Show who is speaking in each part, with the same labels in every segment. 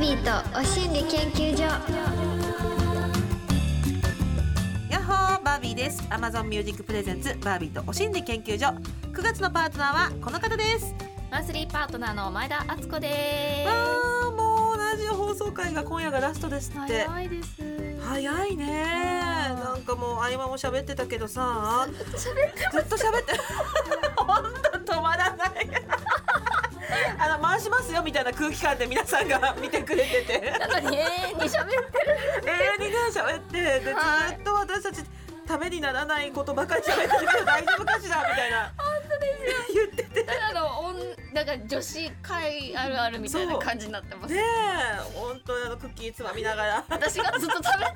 Speaker 1: ビーとお心理研究所
Speaker 2: ヤッホーバービーです Amazon Music Presents バービーとお心理研究所9月のパートナーはこの方です
Speaker 3: マンスリーパートナーの前田敦子で
Speaker 2: あーもうラジオ放送回が今夜がラストです
Speaker 3: す。
Speaker 2: って
Speaker 3: 早いです。
Speaker 2: 早いねなんかもう合間も喋ってたけど さずっと喋って 本当止まらない あの回しますよみたいな空気感で皆さんが見てくれ てて
Speaker 3: なのに永遠に喋って
Speaker 2: 永遠にね喋ってでず
Speaker 3: はい
Speaker 2: っと私たちためにならないことばかり喋ってるけど大丈夫かしらみたいな本当ですよ言ってて
Speaker 3: ただのおんなんか女子会あるあるみたいな感じになってます。
Speaker 2: ねえ本当にあのクッキーつまみなが ら
Speaker 3: 私がずっと食べてるだ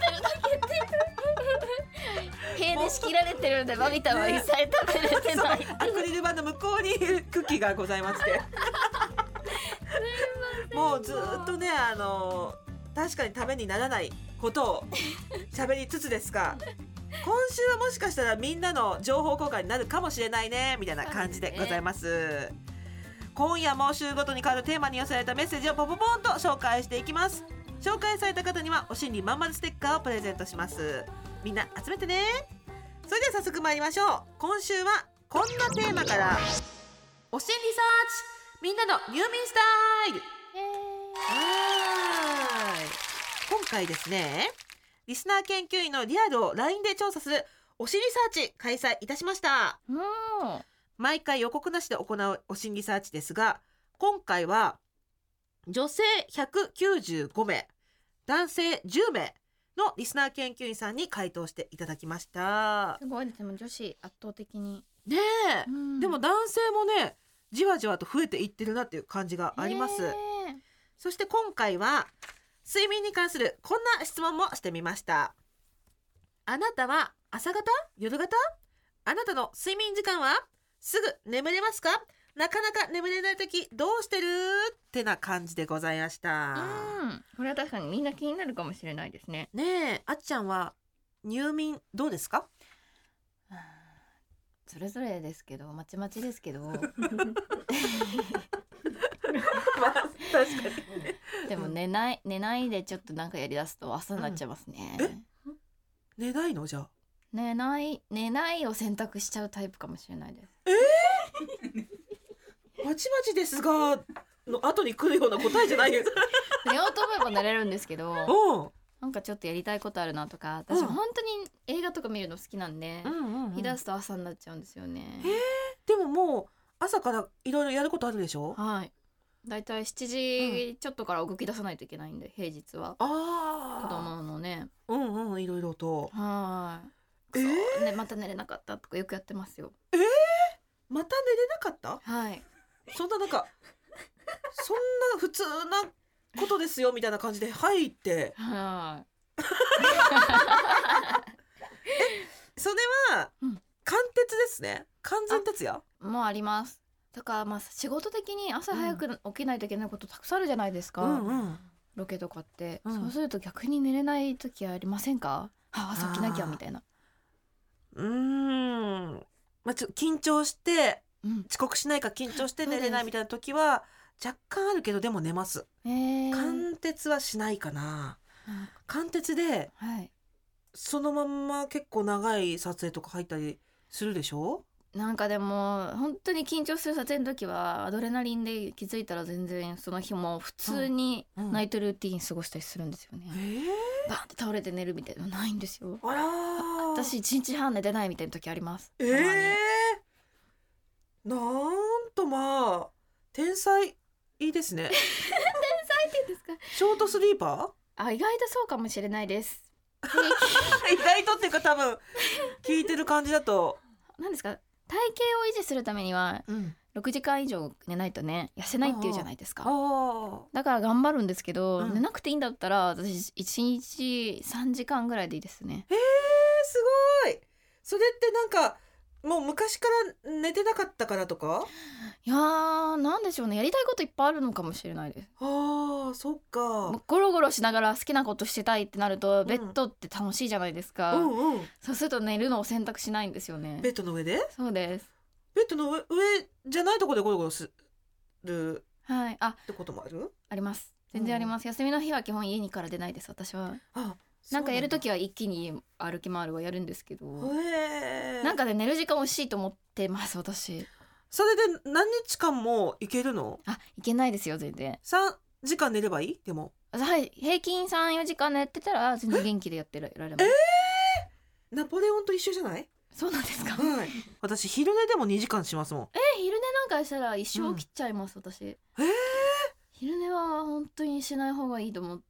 Speaker 3: けで塀で仕切られてるんでバビタは一切食べれてない。
Speaker 2: そうアクリル板の向こうに クッキーがございましてもうずっとねあの確かにためにならないことを喋りつつですが今週はもしかしたらみんなの情報交換になるかもしれないねみたいな感じでございます。今夜も週ごとに変わるテーマに寄せられたメッセージをポポポンと紹介していきます紹介された方にはお心理まんまるステッカーをプレゼントしますみんな集めてねそれでは早速参りましょう今週はこんなテーマからお心理サーチみんなの入眠スタイルはーい今回ですねリスナー研究員のリアルを LINE で調査するお心理サーチ開催いたしました
Speaker 3: も
Speaker 2: 毎回予告なしで行うお心理サーチですが今回は女性195名男性10名のリスナー研究員さんに回答していただきました
Speaker 3: うすごいですも女子圧倒的に。
Speaker 2: ねえ、でも男性もねじわじわと増えていってるなっていう感じがあります、そして今回は睡眠に関するこんな質問もしてみましたあなたは朝方夜方あなたの睡眠時間はすぐ眠れますかなかなか眠れない時どうしてるってな感じでございました
Speaker 3: うん、これは確かにみんな気になるかもしれないですね。
Speaker 2: ねえあっちゃんは入眠どうですか
Speaker 3: それぞれですけど、まちまちですけ ど。
Speaker 2: 確かに
Speaker 3: でも寝ない寝ないでちょっとなんかやりだすと朝になっちゃいますね。
Speaker 2: 寝ないのじゃあ
Speaker 3: 寝ない寝ないを選択しちゃうタイプかもしれないです。
Speaker 2: まちまちですがの後に来るような答えじゃないです
Speaker 3: 寝ようと思えば寝れるんですけ ど、
Speaker 2: うん
Speaker 3: なんかちょっとやりたいことあるなとか、
Speaker 2: うん
Speaker 3: 私本当に映画とか見るの好きなんで、
Speaker 2: うんうん
Speaker 3: 日出すと朝になっちゃうんですよね。
Speaker 2: でももう朝からいろいろやることあるでしょ
Speaker 3: はい。だいたい7時ちょっとから動き出さないといけないんで平日は子
Speaker 2: あ
Speaker 3: 供のね。
Speaker 2: あうんうんいろいろと
Speaker 3: はい。
Speaker 2: えー
Speaker 3: そうねまた寝れなかったとかよくやってますよ。
Speaker 2: また寝れなかった
Speaker 3: はい。
Speaker 2: そんななんかそんな普通なことですよみたいな感じで入って
Speaker 3: はい。
Speaker 2: それは
Speaker 3: うん
Speaker 2: 貫徹ですね完全徹夜
Speaker 3: もあります。だからまあ仕事的に朝早く起きないといけないことたくさんあるじゃないですか、
Speaker 2: うん
Speaker 3: ロケとかって、
Speaker 2: うん
Speaker 3: そうすると逆に寝れない時ありませんかあ朝起きなきゃみたいな、
Speaker 2: うーんまあちょっと緊張して
Speaker 3: うん、
Speaker 2: 遅刻しないか緊張して
Speaker 3: そうで
Speaker 2: 寝
Speaker 3: す
Speaker 2: れないみたいな時は若干あるけどでも寝ます
Speaker 3: えー、
Speaker 2: 貫徹はしないかな
Speaker 3: なんか
Speaker 2: 貫徹で
Speaker 3: はい
Speaker 2: そのまんま結構長い撮影とか入ったりするでしょ
Speaker 3: なんかでも本当に緊張する撮影の時はアドレナリンで気づいたら全然その日も普通に
Speaker 2: うんうん
Speaker 3: ナイトルーティーン過ごしたりするんですよね、
Speaker 2: ええ
Speaker 3: バーンって倒れて寝るみたいなのないんですよ
Speaker 2: あらー
Speaker 3: 私一日半寝てないみたいな時あります
Speaker 2: え
Speaker 3: たまに
Speaker 2: えなんとまあ天才いいですね
Speaker 3: いいですか
Speaker 2: ショートスリー パ
Speaker 3: あ意外とそうかもしれないです
Speaker 2: ー意外とっていうか多分聞いてる感じだと、
Speaker 3: なんですか体型を維持するためには
Speaker 2: うん、
Speaker 3: 6時間以上寝ないとね痩せないっていうじゃないです
Speaker 2: あ
Speaker 3: か
Speaker 2: あ
Speaker 3: だから頑張るんですけど、
Speaker 2: うん
Speaker 3: 寝なくていいんだったら私1日3時間ぐらいでいいですね
Speaker 2: えすごいそれってなんかもう昔から寝てなかったからとか
Speaker 3: いやーなんでしょうねやりたいこといっぱいあるのかもしれないです
Speaker 2: ああそっ
Speaker 3: も
Speaker 2: か
Speaker 3: うゴロゴロしながら好きなことしてたいってなると、
Speaker 2: ん
Speaker 3: ベッドって楽しいじゃないです
Speaker 2: う
Speaker 3: か、
Speaker 2: んうん
Speaker 3: そうすると寝るのを選択しないんですよね
Speaker 2: ベッドの上で
Speaker 3: そうです
Speaker 2: ベッドの上上じゃないとこでゴロゴロする
Speaker 3: はいあ
Speaker 2: ってこともある
Speaker 3: あります全然あります、休みの日は基本家にから出ないです私は
Speaker 2: あ
Speaker 3: なんかやると
Speaker 2: き
Speaker 3: きは一気に歩き回るはやるんですけど
Speaker 2: へえ
Speaker 3: なんかね寝る時間惜しいと思ってます私
Speaker 2: それで何日間もいけるの
Speaker 3: あいけないですよ全然
Speaker 2: 三時間寝ればいいでも
Speaker 3: はい平均34時間寝てたら全然元気でやってられます
Speaker 2: ナポレオンと一緒じゃない
Speaker 3: そうなんですかえ
Speaker 2: はい私昼寝でも2時間しますもん
Speaker 3: 昼寝なんかしたら一生起きちゃいます、私え昼寝は本当にしない方がいいと思っ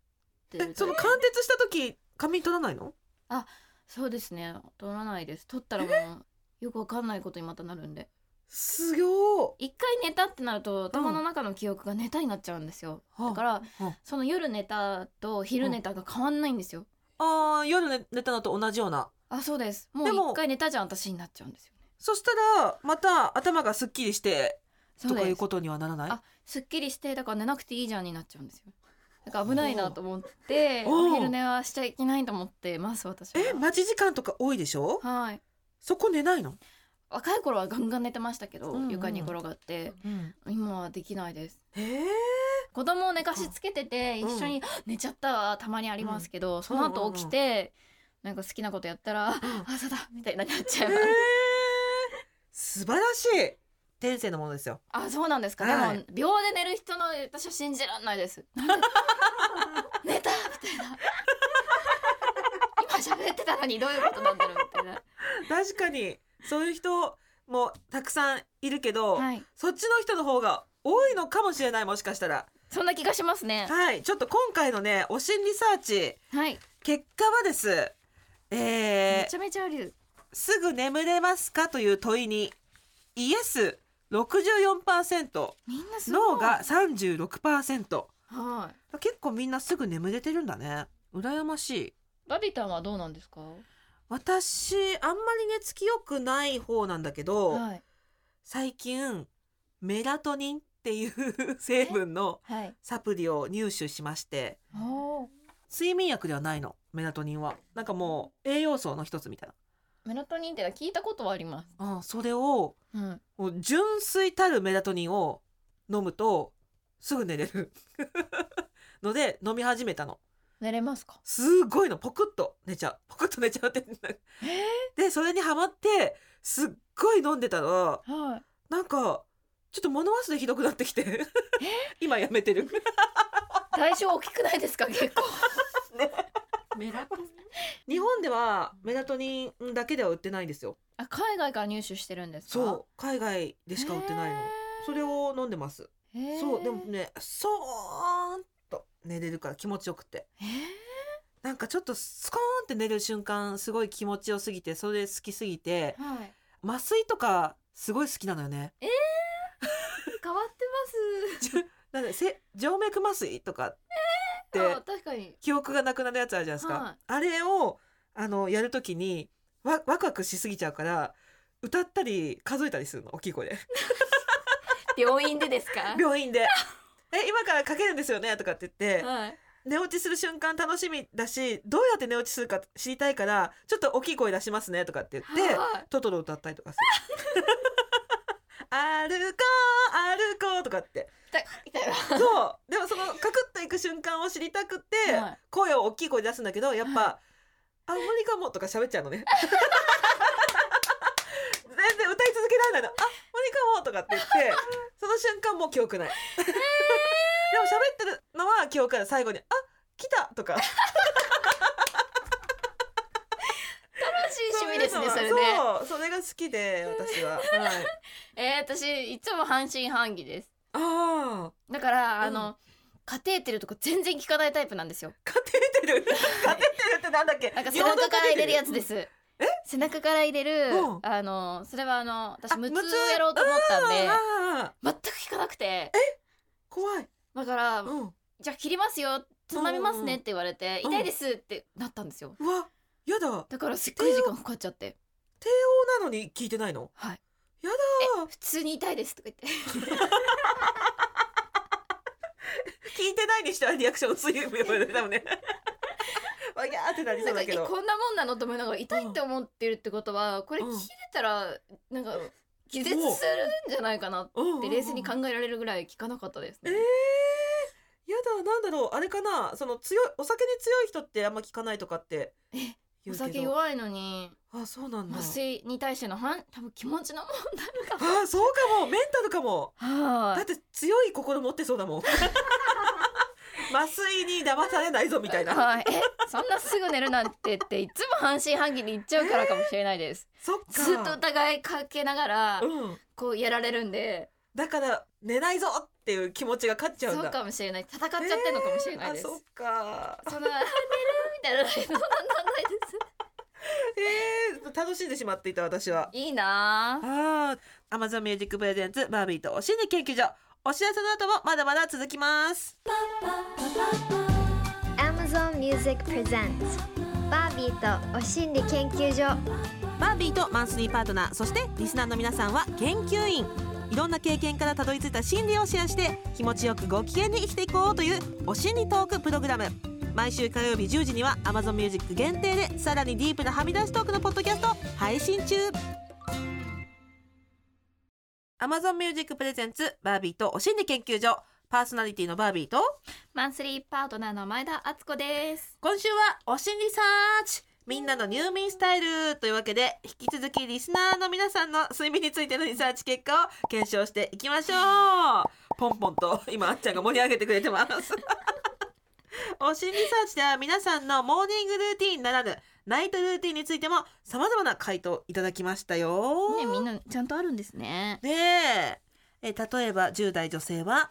Speaker 3: てる
Speaker 2: えその貫徹した時仮眠取らないの
Speaker 3: そうですね取らないです取ったらもうよくわかんないことにまたなるんです
Speaker 2: ご
Speaker 3: 一回寝たってなると頭の中の記憶が寝たになっちゃうんですよ、
Speaker 2: ー
Speaker 3: だから、
Speaker 2: うん
Speaker 3: その夜寝たと昼寝たが変わんないんですよ、
Speaker 2: ああ夜寝寝たのと同じような
Speaker 3: あそうですもう
Speaker 2: でも
Speaker 3: 一回寝たじゃん私になっちゃうんですよね
Speaker 2: そしたらまた頭がすっきりして
Speaker 3: そ
Speaker 2: と
Speaker 3: う
Speaker 2: かい
Speaker 3: で
Speaker 2: う
Speaker 3: す
Speaker 2: ことにはならない
Speaker 3: あすっきりしてだから寝なくていいじゃんになっちゃうんですよだから危ないなと思って
Speaker 2: おう
Speaker 3: お昼寝はしちゃいけないと思ってます私は
Speaker 2: え待ち時間とか多いでしょ
Speaker 3: はい
Speaker 2: そこ寝ないの、
Speaker 3: 若い頃はガンガン寝てましたけど、
Speaker 2: うんうん
Speaker 3: 床に転がって今はできないです
Speaker 2: へえ
Speaker 3: 子供を寝かしつけてて
Speaker 2: うん
Speaker 3: 一緒に「寝ちゃったわ」たまにありますけど、その後起きて、なんか好きなことやったら「あ朝だ」みたいになっちゃいます、
Speaker 2: 素晴らしい天性のものですよ
Speaker 3: あそうなんですか、
Speaker 2: はい
Speaker 3: でも秒で寝る人の私は信じられない ですなんで寝たみたいな今喋ってたのにどういうことなんだろうみたいな
Speaker 2: 確かにそういう人もたくさんいるけど、
Speaker 3: はい
Speaker 2: そっちの人の方が多いのかもしれないもしかしたら
Speaker 3: そんな気がしますね
Speaker 2: はいちょっと今回のねお心リサーチ
Speaker 3: はい、
Speaker 2: 結果はですえ
Speaker 3: めちゃめちゃある
Speaker 2: ー、すぐ眠れますかという問いにイエス64%
Speaker 3: みんなすごい
Speaker 2: ノーが36%
Speaker 3: は
Speaker 2: 結構みんなすぐ眠れてるんだね羨ましい
Speaker 3: いラビタンはどうなんですか
Speaker 2: 私あんまり寝つきよくない方なんだけど、
Speaker 3: はい
Speaker 2: 最近メラトニンっていう成分の
Speaker 3: はい
Speaker 2: サプリを入手しまして
Speaker 3: おー
Speaker 2: 睡眠薬ではないのメラトニンはなんかもう栄養素の一つみたい
Speaker 3: メラトニンって聞いたことはあります
Speaker 2: な、うん、それを
Speaker 3: うん
Speaker 2: もう純粋たるメラトニンを飲むとすぐ寝れる ので飲み始めたの
Speaker 3: 寝れますか
Speaker 2: すごいのポクッと寝ちゃうポクッと寝ちゃうってなんかでそれにハマってすっごい飲んでたら
Speaker 3: はい
Speaker 2: なんかちょっと物忘れひどくなってきて今やめてる
Speaker 3: 体重大きくないですか結構
Speaker 2: メラトニン日本ではメラトニンだけでは売ってないんですよ
Speaker 3: あ海外から入手してるんですか
Speaker 2: そう海外でしか売ってないの
Speaker 3: へー
Speaker 2: それを飲んでます
Speaker 3: へー
Speaker 2: そうでもねそーんと寝れるから気持ちよくて
Speaker 3: へー
Speaker 2: なんかちょっとスコーンって寝る瞬間すごい気持ちよすぎてそれ好きすぎて
Speaker 3: はい。
Speaker 2: 麻酔とかすごい好きなのよね
Speaker 3: 変わって
Speaker 2: なんでせ静脈麻酔とかって
Speaker 3: あ確かに。
Speaker 2: 記憶がなくなるやつあるじゃないですか、
Speaker 3: はい
Speaker 2: あれをあのやるときにわワクワクしすぎちゃうから歌ったり数えたりするの大きい声 で
Speaker 3: 病院でですか
Speaker 2: 病院で「え今からかけるん ですよね」とかって言って
Speaker 3: はい。
Speaker 2: 寝落ちする瞬間楽しみだしどうやって寝落ちするか知りたいからちょっと大きい声出しますねとかって言って
Speaker 3: はい
Speaker 2: トトロ歌ったりとかす る。 歩こう歩こうとかって
Speaker 3: 痛い痛いわ
Speaker 2: そうでもそのカクッといく瞬間を知りたくて、
Speaker 3: はい
Speaker 2: 声を大きい声で出すんだけどやっぱ「
Speaker 3: は
Speaker 2: あ無理かも」とか喋っちゃうのね全然歌い続けられないの「あ無理かも」とかって言ってその瞬間もう記憶ないでも喋ってるのは記憶ある最後に「あ来た」とか
Speaker 3: 楽しい 趣味ですねそれね。
Speaker 2: そうそれが好きで私は、はい、
Speaker 3: えー、私いつも半信半疑です。
Speaker 2: ああ
Speaker 3: だからあ
Speaker 2: う
Speaker 3: の。カテーテルとか全然効かないタイプなんですよ。
Speaker 2: カテーテ ルカテーテルってなんだっけ
Speaker 3: なんか背中から入れるやつですす。背中から入れる、
Speaker 2: うん
Speaker 3: あのそれはあの私
Speaker 2: あ
Speaker 3: 無痛
Speaker 2: 無痛
Speaker 3: をやろうと思ったんで
Speaker 2: ああ
Speaker 3: 全く効かなくて
Speaker 2: 怖い、
Speaker 3: だから
Speaker 2: うん、
Speaker 3: じゃあ切りますよつまみますねって言われて
Speaker 2: うん
Speaker 3: 痛いですってなったんですよ
Speaker 2: うわやだ
Speaker 3: だからすっごい時間かかっちゃって
Speaker 2: 帝王なのに聞いてないの
Speaker 3: はい
Speaker 2: やだー
Speaker 3: 普通に痛いですとか言って
Speaker 2: 聞いてないにしてはリアクション薄いよね多分 ねわやーってなりそ
Speaker 3: な
Speaker 2: うんだ
Speaker 3: かえ
Speaker 2: けど
Speaker 3: こんなもんなのと思いながら痛いって思ってるってことはこれ
Speaker 2: う
Speaker 3: 聞
Speaker 2: ん
Speaker 3: いてたらなんか気絶するんじゃないかなっ
Speaker 2: うんうんうん
Speaker 3: て冷静に考えられるぐらい聞かなかったです
Speaker 2: え
Speaker 3: ね
Speaker 2: ー、やだなんなんだろうあれかなその強いお酒に強い人ってあんま聞かないとかって言
Speaker 3: お
Speaker 2: うけ
Speaker 3: 酒
Speaker 2: ど
Speaker 3: 弱いのに
Speaker 2: あそうなんだあ
Speaker 3: 私に対しての反多分気持ちの問題かも
Speaker 2: そうかもメンタルかも
Speaker 3: は
Speaker 2: だって強い心持ってそうだ もん麻酔に騙されないぞみたい
Speaker 3: い
Speaker 2: な
Speaker 3: はいえそんなすぐ寝るなんてっていつも半信半疑に言っちゃうからかもしれないです、
Speaker 2: そっか
Speaker 3: ずっと疑いかけながら
Speaker 2: うん
Speaker 3: こうやられるんで
Speaker 2: だから寝ないぞっていう気持ちが勝っちゃうんだ
Speaker 3: そうかもしれない戦っちゃってるのかもしれない
Speaker 2: あ
Speaker 3: です、
Speaker 2: そっか
Speaker 3: そんな寝るみたいなの そんなんないです
Speaker 2: えー、楽しんでしまっていた私はい
Speaker 3: いなぁ
Speaker 2: ああ、Amazon Music Presents バービーとお心理研究所。お知らせの後もまだまだ続きます。
Speaker 1: Amazon Music Presents バービーとお心理研究所
Speaker 2: バービーとマンスリーパートナー、そしてリスナーの皆さんは研究員。いろんな経験からたどり着いた心理をシェアして気持ちよくご機嫌に生きていこうというお心理トークプログラム毎週火曜日10時には Amazon Music 限定でさらにディープなはみ出しトークのポッドキャストを配信中 Amazon Music プレゼンツバービーとお心理研究所パーソナリティのバービーと
Speaker 3: マンスリーパートナーの前田敦子です
Speaker 2: 今週はお心理サーチみんなの入眠スタイルというわけで引き続きリスナーの皆さんの睡眠についてのリサーチ結果を検証していきましょうポンポンと今あっちゃんが盛り上げてくれてます お心理サーチでは皆さんのモーニングルーティンならぬナイトルーティンについても様々な回答いただきましたよ
Speaker 3: ねみんなちゃんとあるんですね
Speaker 2: でえー例えば10代女性は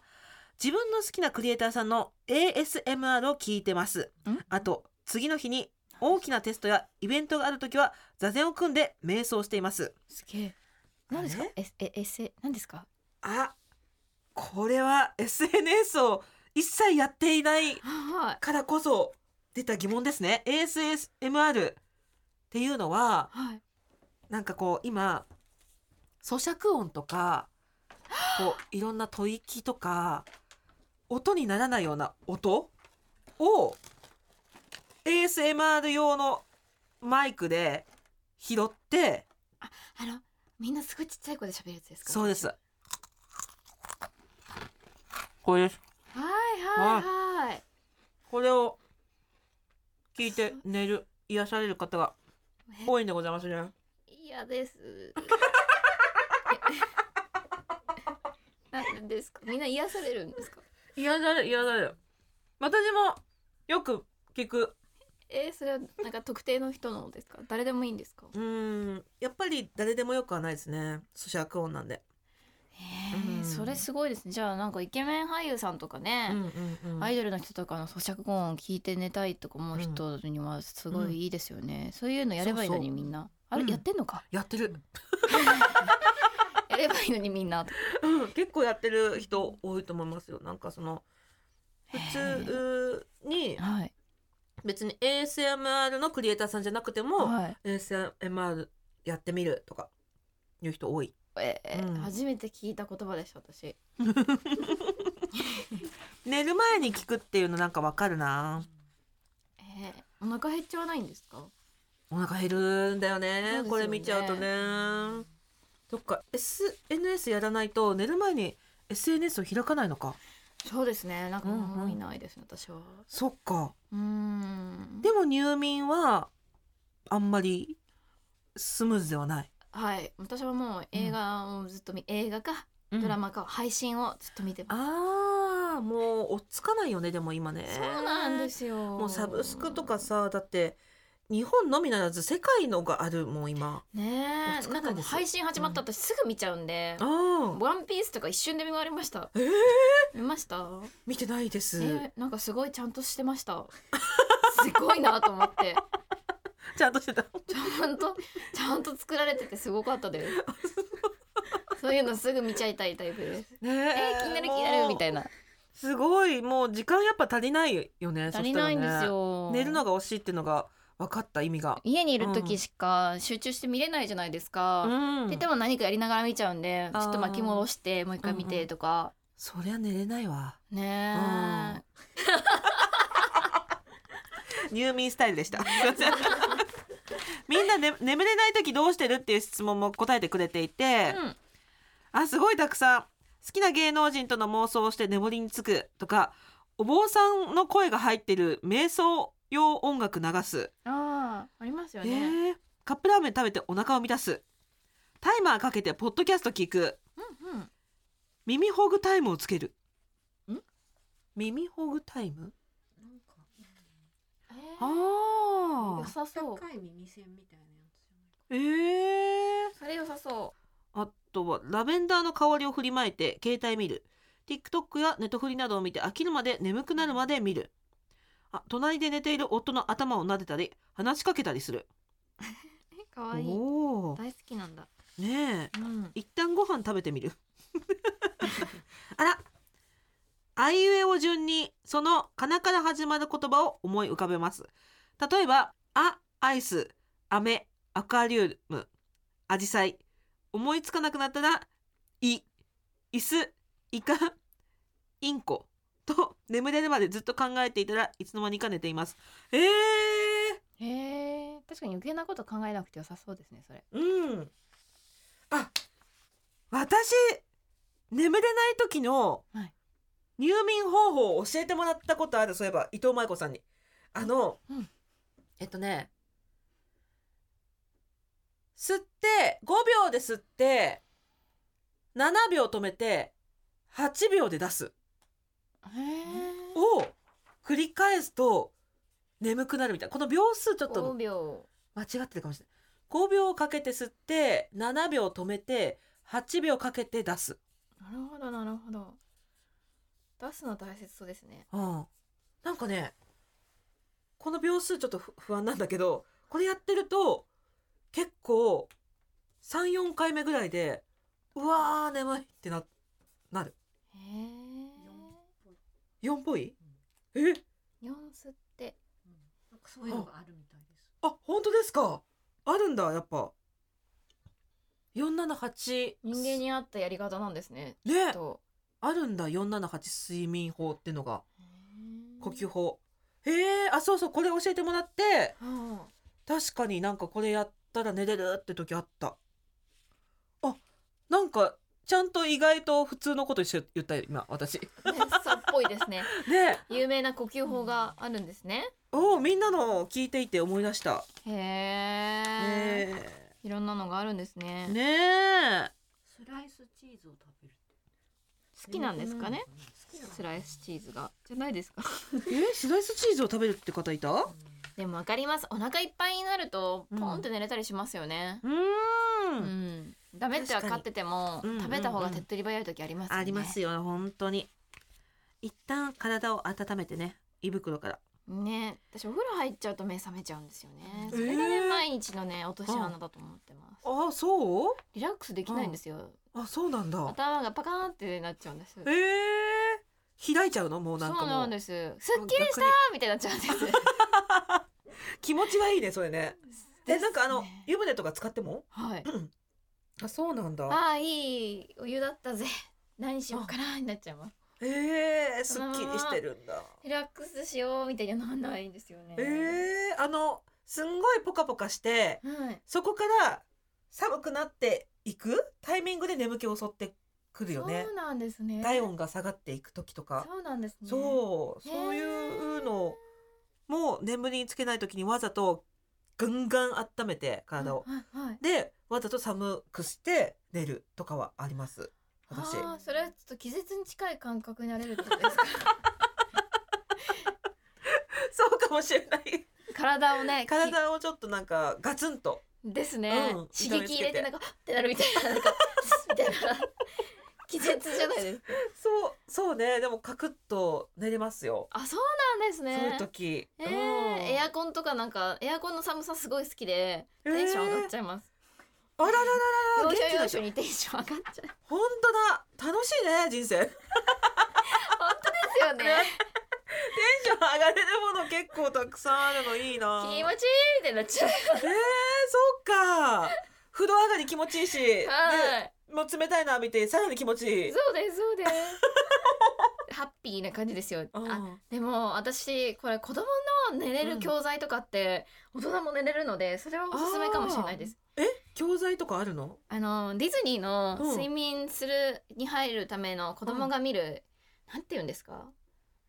Speaker 2: 自分の好きなクリエイターさんの ASMR を聞いてます
Speaker 3: ん
Speaker 2: あと次の日に大きなテストやイベントがある時は座禅を組んで瞑想しています
Speaker 3: すげえ何ですか
Speaker 2: あれ
Speaker 3: ええエセ何ですか
Speaker 2: あこれは SNS を一切やっていない
Speaker 3: はい
Speaker 2: からこそ出た疑問ですね ASMR っていうのは
Speaker 3: はい
Speaker 2: なんかこう今咀嚼音とかこういろんな吐息とか音にならないような音を ASMR 用のマイクで拾って
Speaker 3: あのみんなすごいちっちゃい声で喋るやつですか
Speaker 2: そうですこれです
Speaker 3: はいはいはい
Speaker 2: これを聞いて寝る癒される方が多いんでございますね
Speaker 3: 嫌です。なんですか。みんな癒されるんですか。
Speaker 2: 癒される癒される私もよく聞く
Speaker 3: えー、それはなんか特定の人のですか。誰でもいいんですか。
Speaker 2: うーんやっぱり誰でもよくはないですね咀嚼音なんで、
Speaker 3: えー
Speaker 2: うん
Speaker 3: それすごいですね。じゃあなんかイケメン俳優さんとか
Speaker 2: うん
Speaker 3: ね、
Speaker 2: うんうん
Speaker 3: アイドルの人とかの咀嚼音を聞いて寝たいとか思う人にはすごいいいですよね。そういうのやればいいの
Speaker 2: そう
Speaker 3: に
Speaker 2: そう
Speaker 3: みんな。あれ、
Speaker 2: うん
Speaker 3: やってんの か。
Speaker 2: やってる、
Speaker 3: やればいいのにみんな。
Speaker 2: うん、結構やってる人多いと思いますよなんかその普通に
Speaker 3: はい。
Speaker 2: 別に ASMR のクリエイターさんじゃなくても、
Speaker 3: はい。
Speaker 2: ASMR やってみるとかいう人多い
Speaker 3: えー
Speaker 2: うん
Speaker 3: 初めて聞いた言葉でした私。
Speaker 2: 寝る前に聞くっていうのなんかわかるな
Speaker 3: えー、お腹減っちゃわないんですか。
Speaker 2: お腹減るんだよね
Speaker 3: そうですよね
Speaker 2: これ見ちゃうとねそっか SNS やらないと寝る前に SNS を開かないのか
Speaker 3: そうですね。なんか
Speaker 2: うんうん
Speaker 3: もういないですね、私は。
Speaker 2: そっか
Speaker 3: うーん。
Speaker 2: でも入眠はあんまりスムーズではない。
Speaker 3: はい、私はもう映画をずっと見、映画かドラ
Speaker 2: マ。
Speaker 3: マか配信をずっと見てます。
Speaker 2: ああ、もう落っつかないよね、でも今ね。。
Speaker 3: そうなんですすよ。
Speaker 2: もうサブスクとか。さ、だって日本のみならず世界のがあるもん今。
Speaker 3: ね
Speaker 2: 落ち着か
Speaker 3: え、
Speaker 2: な
Speaker 3: ないん
Speaker 2: です
Speaker 3: かもう配信始まった私すぐ見ちゃうんで。
Speaker 2: ああ、
Speaker 3: ワンピースとか一瞬で見終わりました。
Speaker 2: えー
Speaker 3: 見ました。
Speaker 2: 見てないで
Speaker 3: え
Speaker 2: す。
Speaker 3: ーなんかすごいちゃんとしてました。すごいなと思って、
Speaker 2: ちゃんとしてた。
Speaker 3: ちゃんと、ちゃんと作られててすごかったです。そういうのすぐ見ちゃいたいタイプです。
Speaker 2: ね
Speaker 3: えー、気になる気になるみた
Speaker 2: いな。
Speaker 3: いな。
Speaker 2: すごい、もう時間やっぱ足りないよね。
Speaker 3: 足りないんで
Speaker 2: そした
Speaker 3: す
Speaker 2: らね。
Speaker 3: よ。
Speaker 2: 寝るのが惜しいっていうのが分かった意味が。
Speaker 3: 家にいる
Speaker 2: うん
Speaker 3: 時しか集中して見れないじゃないですか。
Speaker 2: う
Speaker 3: ででも何かやりながら見ちゃうんでち
Speaker 2: あー
Speaker 3: ょっと巻き戻してもう一回見てとか、
Speaker 2: そりゃ寝れないわ。
Speaker 3: ねえ、
Speaker 2: 入眠スタイルでした。す いませんみんな、ね、眠れない時どうしてるっていう質問も答えてくれていて、
Speaker 3: うん
Speaker 2: あすごいたくさん好きな芸能人との妄想をして眠りにつくとかお坊さんの声が入ってる瞑想用音楽流す、
Speaker 3: ああありますよ
Speaker 2: え
Speaker 3: ね、
Speaker 2: ーカップラーメン食べてお腹を満たすタイマーかけてポッドキャスト聞く
Speaker 3: うんうん
Speaker 2: 耳ほぐタイムをつける
Speaker 3: ん
Speaker 2: 耳ほぐタイム
Speaker 4: なんか
Speaker 3: えー、
Speaker 2: あ
Speaker 3: 良
Speaker 2: あ
Speaker 3: さそう
Speaker 4: 高い耳栓みたいなやつじゃない
Speaker 2: えー、
Speaker 3: それ良さそ
Speaker 2: あとはラベンダーの香りを振りまいて携帯見る TikTok やネットフリなどを見て飽きるまで眠くなるまで見るあ隣で寝ている夫の頭を撫でたり話しかけたりする
Speaker 3: うえ可愛い
Speaker 2: おお
Speaker 3: 大好きなんだ
Speaker 2: ねえ
Speaker 3: うん
Speaker 2: 一旦ご飯食べてみる あらあいうえお順にそのかなから始まる言葉を思い浮かべます例えばあアイス飴アクアリウムアジサイ思いつかなくなったらい椅子イカインコと眠れるまでずっと考えていたらいつの間にか寝ていますえー、
Speaker 3: へえー、確かに余計なこと考えなくて良さそうですねそれ
Speaker 2: うん。あ、私眠れない時の
Speaker 3: はい
Speaker 2: 入眠方法を教えてもらったことある。そういえば伊藤舞子さんに。あの、
Speaker 3: うん
Speaker 2: えっとね、吸って5秒で吸って7秒止めて8秒で出す
Speaker 3: へえ
Speaker 2: を繰り返すと眠くなるみたいな。この秒数ちょっと
Speaker 3: 5秒
Speaker 2: 間違ってるかもしれない5秒かけて吸って7秒止めて8秒かけて出す、
Speaker 3: なるほどなるほど出すの大切そうですね
Speaker 2: うん、なんかねこの秒数ちょっと不不安なんだけどこれやってると結構34回目ぐらいでうわー眠いってななる
Speaker 3: へ
Speaker 2: 4っぽいえ
Speaker 3: え4吸って
Speaker 4: うんなんかそういうのがあるみたいです。
Speaker 2: あ本当ですかあるんだやっぱ478
Speaker 3: 人間に合ったやり方なんですねき
Speaker 2: ね
Speaker 3: っと
Speaker 2: あるんだ478睡眠法ってのが
Speaker 3: へー
Speaker 2: 呼吸法へえあそうそうこれ教えてもらって
Speaker 3: うん
Speaker 2: 確かになんかこれやったら寝れるって時あったあなんかちゃんと意外と普通のこと一緒言ったよ今私 ね
Speaker 3: ねそうっぽいですね
Speaker 2: え
Speaker 3: 有名な呼吸法があるんですね
Speaker 2: おうみんなの聞いていて思い出した
Speaker 3: へ
Speaker 2: ね
Speaker 3: えいろんなのがあるんですね
Speaker 2: えねえ
Speaker 4: スライスチーズを食べるって。
Speaker 3: 好きなんですかね
Speaker 4: 好きなの
Speaker 3: スライスチーズがじゃないですか
Speaker 2: えスライスチーズを食べるって方いたう
Speaker 3: でもわかりますお腹いっぱいになると
Speaker 2: うん
Speaker 3: ポンって寝れたりしますよね
Speaker 2: ー
Speaker 3: うんんダメって分かってても
Speaker 2: 確かにうん
Speaker 3: 食べた方が手っ取り早い時ありますよね
Speaker 2: ありますよ本当に一旦体を温めてね胃袋から
Speaker 3: ね私お風呂入っちゃうと目覚めちゃうんですよねそれが
Speaker 2: え
Speaker 3: ね
Speaker 2: ー
Speaker 3: 毎日のね落とし穴だと思ってます
Speaker 2: ああそう
Speaker 3: リラックスできないんですよ
Speaker 2: あそうなんだ
Speaker 3: 頭がパカーンってなっちゃうんですそ
Speaker 2: えー、開いちゃうのもう
Speaker 3: う
Speaker 2: なんかもう
Speaker 3: なんですすっきりし
Speaker 2: 逆
Speaker 3: た
Speaker 2: に
Speaker 3: みたいになっちゃうんです
Speaker 2: 気持ちがいいねそれねえなんかあの
Speaker 3: ですね
Speaker 2: 湯船とか使っても
Speaker 3: はい
Speaker 2: あそうなんだ
Speaker 3: ああいいお湯だったぜ何しようかなになっちゃいます
Speaker 2: えー、すっきりしてるんだ
Speaker 3: リラックスしようみたいにならないんですよね
Speaker 2: えー、あのすんごいポカポカして
Speaker 3: はい
Speaker 2: そこから寒くなっていくタイミングで眠気を襲ってくるよね
Speaker 3: そうなんですね
Speaker 2: 体温が下がっていく時とか
Speaker 3: そうなんですね
Speaker 2: そう、
Speaker 3: ね
Speaker 2: そういうのも眠りにつけない時にわざとガンガン温めて体を、
Speaker 3: はいはいはい
Speaker 2: でわざと寒くして寝るとかはあります私
Speaker 3: あーそれはちょっと気絶に近い感覚になれるってこ とですか
Speaker 2: そうかもしれ ない
Speaker 3: 体をねき
Speaker 2: 体をちょっとなんかガツンと
Speaker 3: ですね、
Speaker 2: うん
Speaker 3: 刺激入れてなんかはっってなるみたいななんか みたいな気絶じゃないですか
Speaker 2: そうそうねでもカクッと寝れますよ、
Speaker 3: あそうなんですね
Speaker 2: そういう時、
Speaker 3: えー
Speaker 2: うん
Speaker 3: エアコンとかなんかエアコンの寒さすごい好きで
Speaker 2: えー
Speaker 3: テンション上がっちゃいます、
Speaker 2: あららららら
Speaker 3: 要
Speaker 2: 元
Speaker 3: 所
Speaker 2: 気
Speaker 3: 要
Speaker 2: でし
Speaker 3: 所
Speaker 2: ょ
Speaker 3: にテンション上がっちゃう
Speaker 2: 本当だ楽しいね人生テン
Speaker 3: 本当ですよね
Speaker 2: ション上がれるもの結構たくさんあるのいいな
Speaker 3: 気持ちいい
Speaker 2: えー、
Speaker 3: みたいになっちゃう
Speaker 2: そっか風呂上がり気持ちいいし、ね
Speaker 3: はい
Speaker 2: もう冷たいの浴びてさらに気持ちいい
Speaker 3: そうですそうですハッピーな感じですよ、
Speaker 2: うん
Speaker 3: あでも私これ子供の寝れる教材とかって大人も寝れるのでそれはおすすめかもしれないです
Speaker 2: え教材とかあるの
Speaker 3: あのディズニーの
Speaker 2: うん
Speaker 3: 睡眠するに入るための子供が見る、なんて言うんですか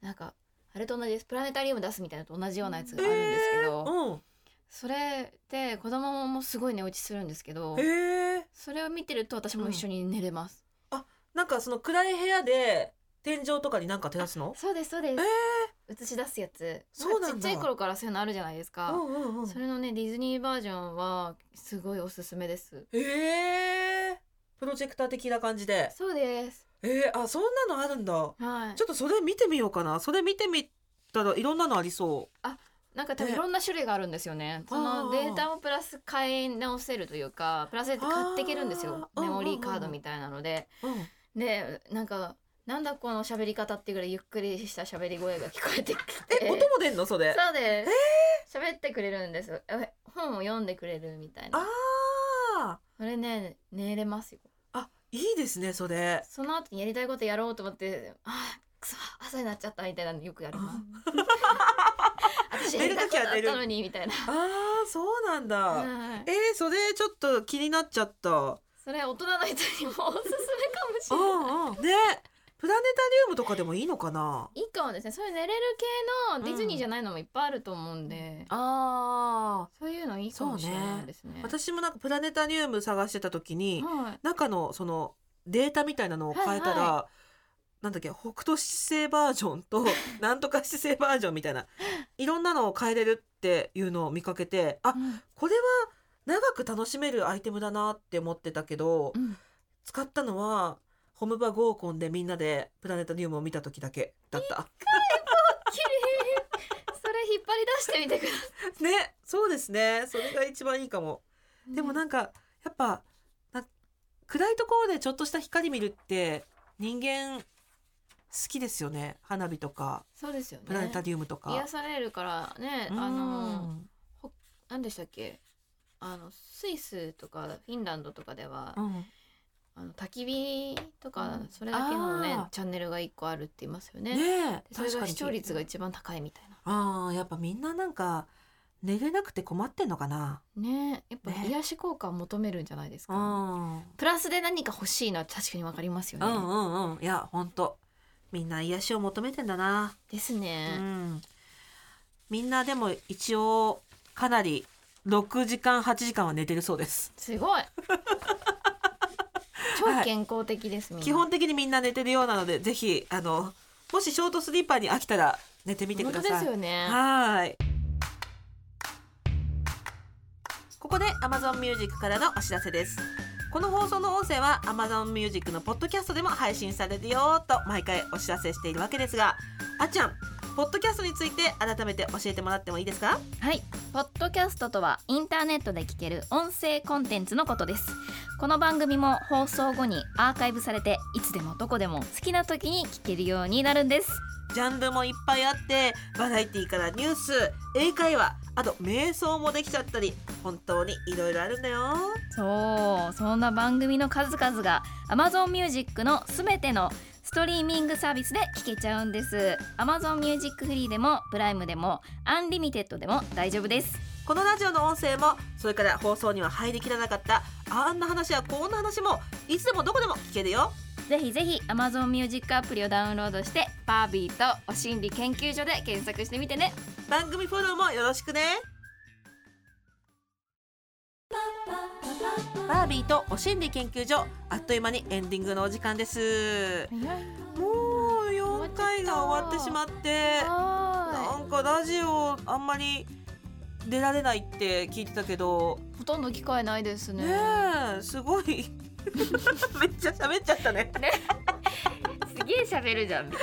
Speaker 3: なんかれと同じですプラネタリウム出すみたいなのと同じようなやつがあるんですけど、
Speaker 2: うん
Speaker 3: それで子供もすごい寝落ちするんですけど、
Speaker 2: へえ
Speaker 3: それを見てると私も一緒に寝れます、
Speaker 2: なんかその暗い部屋で天井とかになんか照らすの
Speaker 3: そうですそうです、
Speaker 2: え
Speaker 3: 映し出すやつ
Speaker 2: そうなんだ
Speaker 3: ちっちゃい頃からそういうのあるじゃないです
Speaker 2: え
Speaker 3: か、
Speaker 2: うんうんうん
Speaker 3: それのねディズニーバージョンはすごいおすすめです
Speaker 2: ええプロジェクター的な感じで
Speaker 3: そうです
Speaker 2: ええあそんなのあるんだ
Speaker 3: はい
Speaker 2: ちょっとそれ見てみようかなそれ見てみたらいろんなのありそ
Speaker 3: なんか多分
Speaker 2: ね
Speaker 3: いろんな種類があるんですよねそのデータもプラス買い直せるというかプラスで買っていけるんですよ
Speaker 2: あー
Speaker 3: メモリ
Speaker 2: う
Speaker 3: ー
Speaker 2: んうんうん
Speaker 3: カードみたいなので
Speaker 2: う、うん、
Speaker 3: でなんかなんだこの喋り方ってぐらいゆっくりした喋り声が聞こえてきて
Speaker 2: え、音も出んのそれ
Speaker 3: そうです喋ってくれるんですよえ本を読んでくれるみたいな
Speaker 2: ああ
Speaker 3: それね寝れますよ
Speaker 2: あいいですねそれ
Speaker 3: その後にやりたいことやろうと思ってあーくそ朝になっちゃったみたいなのよくやります 私や
Speaker 2: 寝
Speaker 3: り
Speaker 2: る
Speaker 3: たい
Speaker 2: とき
Speaker 3: ことあ
Speaker 2: は
Speaker 3: っ
Speaker 2: 寝る
Speaker 3: たのにみたいな
Speaker 2: ああそうなんだ、
Speaker 3: はい
Speaker 2: えー、それちょっと気になっちゃった。
Speaker 3: それ大人の人にもおすすめかもし
Speaker 2: う
Speaker 3: れない
Speaker 2: んうん。ね、プラネタリウムとかでもいいのかな。
Speaker 3: いいかもですねそういう寝れる系のディズニーじゃないのもいっぱいあると思うんで、
Speaker 2: ああ。
Speaker 3: そういうのいいかもしれないですね
Speaker 2: 私もなんかプラネタリウム探してた時に、
Speaker 3: はい
Speaker 2: 中のそのデータみたいなのを変えたら。
Speaker 3: はい
Speaker 2: なんだっけ北斗七星バージョン となんとか七星バージョンみたいないろんなのを変えれるっていうのを見かけてあ
Speaker 3: うん
Speaker 2: これは長く楽しめるアイテムだなって思ってたけど、
Speaker 3: うん
Speaker 2: 使ったのはホムバ合コンでみんなでプラネタリウムを見た時だけだった。
Speaker 3: 綺麗それ引っ張り出してみてくださ
Speaker 2: ね、そうですね。それが一番いいかも。
Speaker 3: い
Speaker 2: でもなんかやっぱな暗いところでちょっとした光見るって人間好きですよね。花火とか
Speaker 3: そうですよね
Speaker 2: プラネタリウムとか。
Speaker 3: 癒されるからね
Speaker 2: うん
Speaker 3: あの何でしたっけあのスイスとかフィンランドとかでは、
Speaker 2: うん
Speaker 3: あの焚き火と
Speaker 2: う
Speaker 3: か
Speaker 2: ん
Speaker 3: それだけのね、
Speaker 2: あー
Speaker 3: チャンネルが一個あるって言いますよね
Speaker 2: ねえ、
Speaker 3: でそれ
Speaker 2: 確か
Speaker 3: が
Speaker 2: に
Speaker 3: 視聴率が一番高いみたいな
Speaker 2: ああ、やっぱみんななんか寝れなくて困ってんのかな。
Speaker 3: ねやっぱ
Speaker 2: ね
Speaker 3: 癒し効果を求めるんじゃないです
Speaker 2: う
Speaker 3: か、
Speaker 2: ん、うん
Speaker 3: プラスで何か欲しいのは確かにわかりますよ
Speaker 2: う
Speaker 3: ね、
Speaker 2: んうん。いや、本当みんな癒しを求めてんだな。
Speaker 3: ですね、
Speaker 2: うんみんなでも一応かなり6時間8時間は寝てるそうです、
Speaker 3: すごい超健康的です、みんな
Speaker 2: 基本的にみんな寝てるようなのでぜひあのもしショートスリーパーに飽きたら寝てみてくだ
Speaker 3: 本
Speaker 2: さ
Speaker 3: 当
Speaker 2: い
Speaker 3: ですよね
Speaker 2: はーいここで Amazon Music からのお知らせですこの放送の音声は Amazon Music のポッドキャストでも配信されるよと毎回お知らせしているわけですがあっちゃんポッドキャストについて改めて教えてもらってもいいですか
Speaker 3: はい、ポッドキャストとはインターネットで聞ける音声コンテンツのことですこの番組も放送後にアーカイブされていつでもどこでも好きな時に聞けるようになるんです
Speaker 2: ジャンルもいっぱいあってバラエティからニュース英会話あと瞑想もできちゃったり本当にいろいろあるんだよ
Speaker 3: そうそんな番組の数々が Amazon Music のすべてのストリーミングサービスで聞けちゃうんです Amazon Music フリーでもプライムでもアンリミテッドでも大丈夫です
Speaker 2: このラジオの音声もそれから放送には入りきらなかったあんな話やこんな話もいつでもどこでも聞けるよ
Speaker 3: ぜひぜひ Amazon Music アプリをダウンロードしてバービーとお心理研究所で検索してみてね
Speaker 2: 番組フォローもよろしくねバービーとお心理研究所あっという間にエンディングのお時間ですもう4回が終わってしまってな
Speaker 3: は
Speaker 2: んかラジオあんまり出られないって聞いてたけど
Speaker 3: い。ほとんど機会ないですね。
Speaker 2: ねえすごい めっちゃ喋っちゃったね
Speaker 3: すげえ喋るじゃん。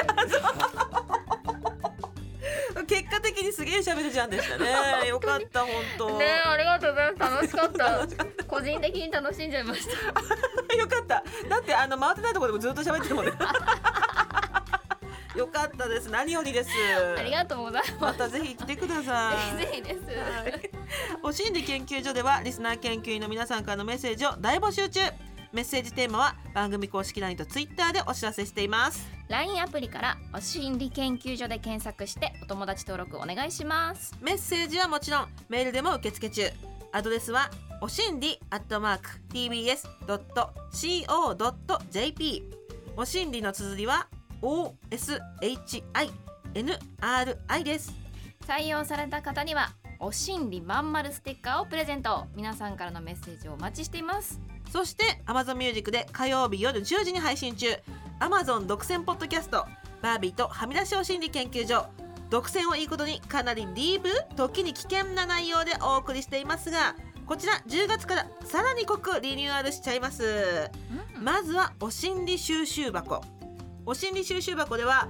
Speaker 2: 結果的にすげえ喋るじゃんでした ねよかった本当
Speaker 3: ねえ、ありがとうございます。楽しかっ。
Speaker 2: 楽しかった
Speaker 3: 個人的に楽しんじゃいました。
Speaker 2: たよかっただってあの回ってないところでもずっと喋ってたもんね よかったです何よりです
Speaker 3: ありがとうございま
Speaker 2: またぜひ来てくださ
Speaker 3: す。
Speaker 2: い
Speaker 3: ぜひです。
Speaker 2: はいお心理研究所ではリスナー研究員の皆さんからのメッセージを大募集中メッセージテーマは番組公式 LINE と Twitter でお知らせしています
Speaker 3: LINE アプリからお心理研究所で検索してお友達登録お願いします。
Speaker 2: メッセージはもちろんメールでも受付中アドレスはおしんり tbs.co.jp おしんりの綴りは oshindi NRI です
Speaker 3: 採用された方にはお心理まんまるステッカーをプレゼント皆さんからのメッセージをお待ちしています
Speaker 2: そして Amazon Music で火曜日夜10時に配信中 Amazon 独占ポッドキャスト「バービーとはみ出しを心理研究所」独占をいいことにかなりディープ時に危険な内容でお送りしていますがこちら10月からさらに濃くリニューアルしちゃいますまずはお心理収集箱お心理収集箱では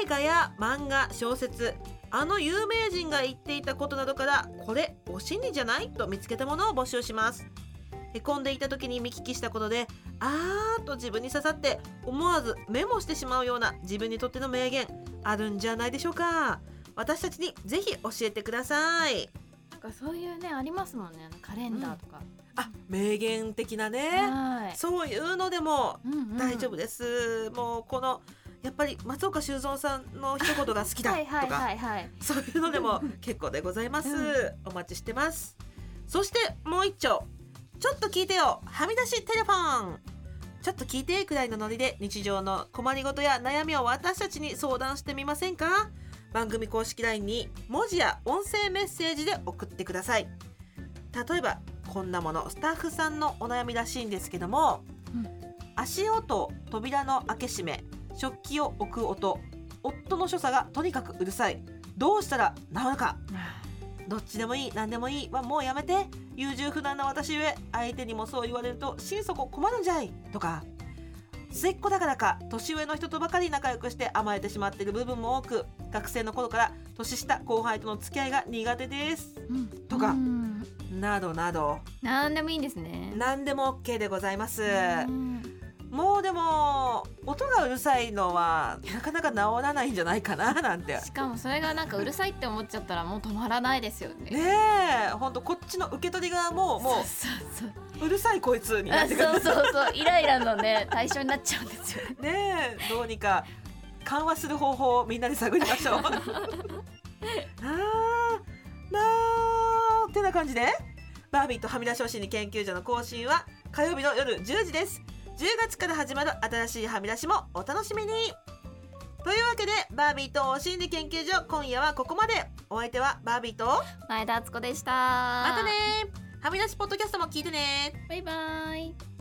Speaker 2: 映画や漫画小説あの有名人が言っていたことなどからこれお心理じゃないと見つけたものを募集しますへこんでいた時に見聞きしたことであーっと自分に刺さって思わずメモしてしまうような自分にとっての名言あるんじゃないでしょうか私たちにぜひ教えてください
Speaker 3: なんかそういうねありますもんねあのカレンダーとか、
Speaker 2: あ名言的なね
Speaker 3: はい、
Speaker 2: そういうのでも
Speaker 3: うんうん
Speaker 2: 大丈夫です、もうこのやっぱり松岡修造さんの一言が好きだ
Speaker 3: はい
Speaker 2: と
Speaker 3: はい
Speaker 2: か
Speaker 3: はいはい
Speaker 2: そういうのでも結構でございます、
Speaker 3: うん
Speaker 2: お待ちしてますそしてもう一丁ちょっと聞いてよはみ出しテレフォンちょっと聞いてくらいのノリで日常の困りごとや悩みを私たちに相談してみませんか番組公式 LINE に文字や音声メッセージで送ってください例えばこんなものスタッフさんのお悩みらしいんですけども、
Speaker 3: うん
Speaker 2: 足音扉の開け閉め食器を置く音夫の所作がとにかくうるさいどうしたら治るかどっちでもいい何でもいいはもうやめて優柔不断な私ゆえ相手にもそう言われると心底困るんじゃいとか末っ子だからか年上の人とばかり仲良くして甘えてしまっている部分も多く学生の頃から年下後輩との付き合いが苦手です
Speaker 3: うん
Speaker 2: とか
Speaker 3: うん
Speaker 2: などなど
Speaker 3: なんでもいいんですね
Speaker 2: 何でも OK でございます
Speaker 3: うん
Speaker 2: もうでも音がうるさいのはなかなか治らないんじゃないかななんて
Speaker 3: しかもそれがなんかうるさいって思っちゃったらもう止まらないですよね
Speaker 2: ねえほんとこっちの受け取り側ももう
Speaker 3: そうそうそう
Speaker 2: うるさいこいつにな
Speaker 3: あ
Speaker 2: って
Speaker 3: そう
Speaker 2: くる
Speaker 3: そうそうイライラのね対象になっちゃうんですよね
Speaker 2: ねえどうにか緩和する方法をみんなで探りまし ょうあーなーってな感じでバービーとはみ出しお心理研究所の更新は火曜日の夜10時です10月から始まる新しいはみ出しもお楽しみにというわけでバービーとお心理研究所今夜はここまでお相手はバービーとま
Speaker 3: 前田敦子でした
Speaker 2: た
Speaker 3: ま
Speaker 2: ねーはみ出しポッドキャストも聞いてね
Speaker 3: バイバイ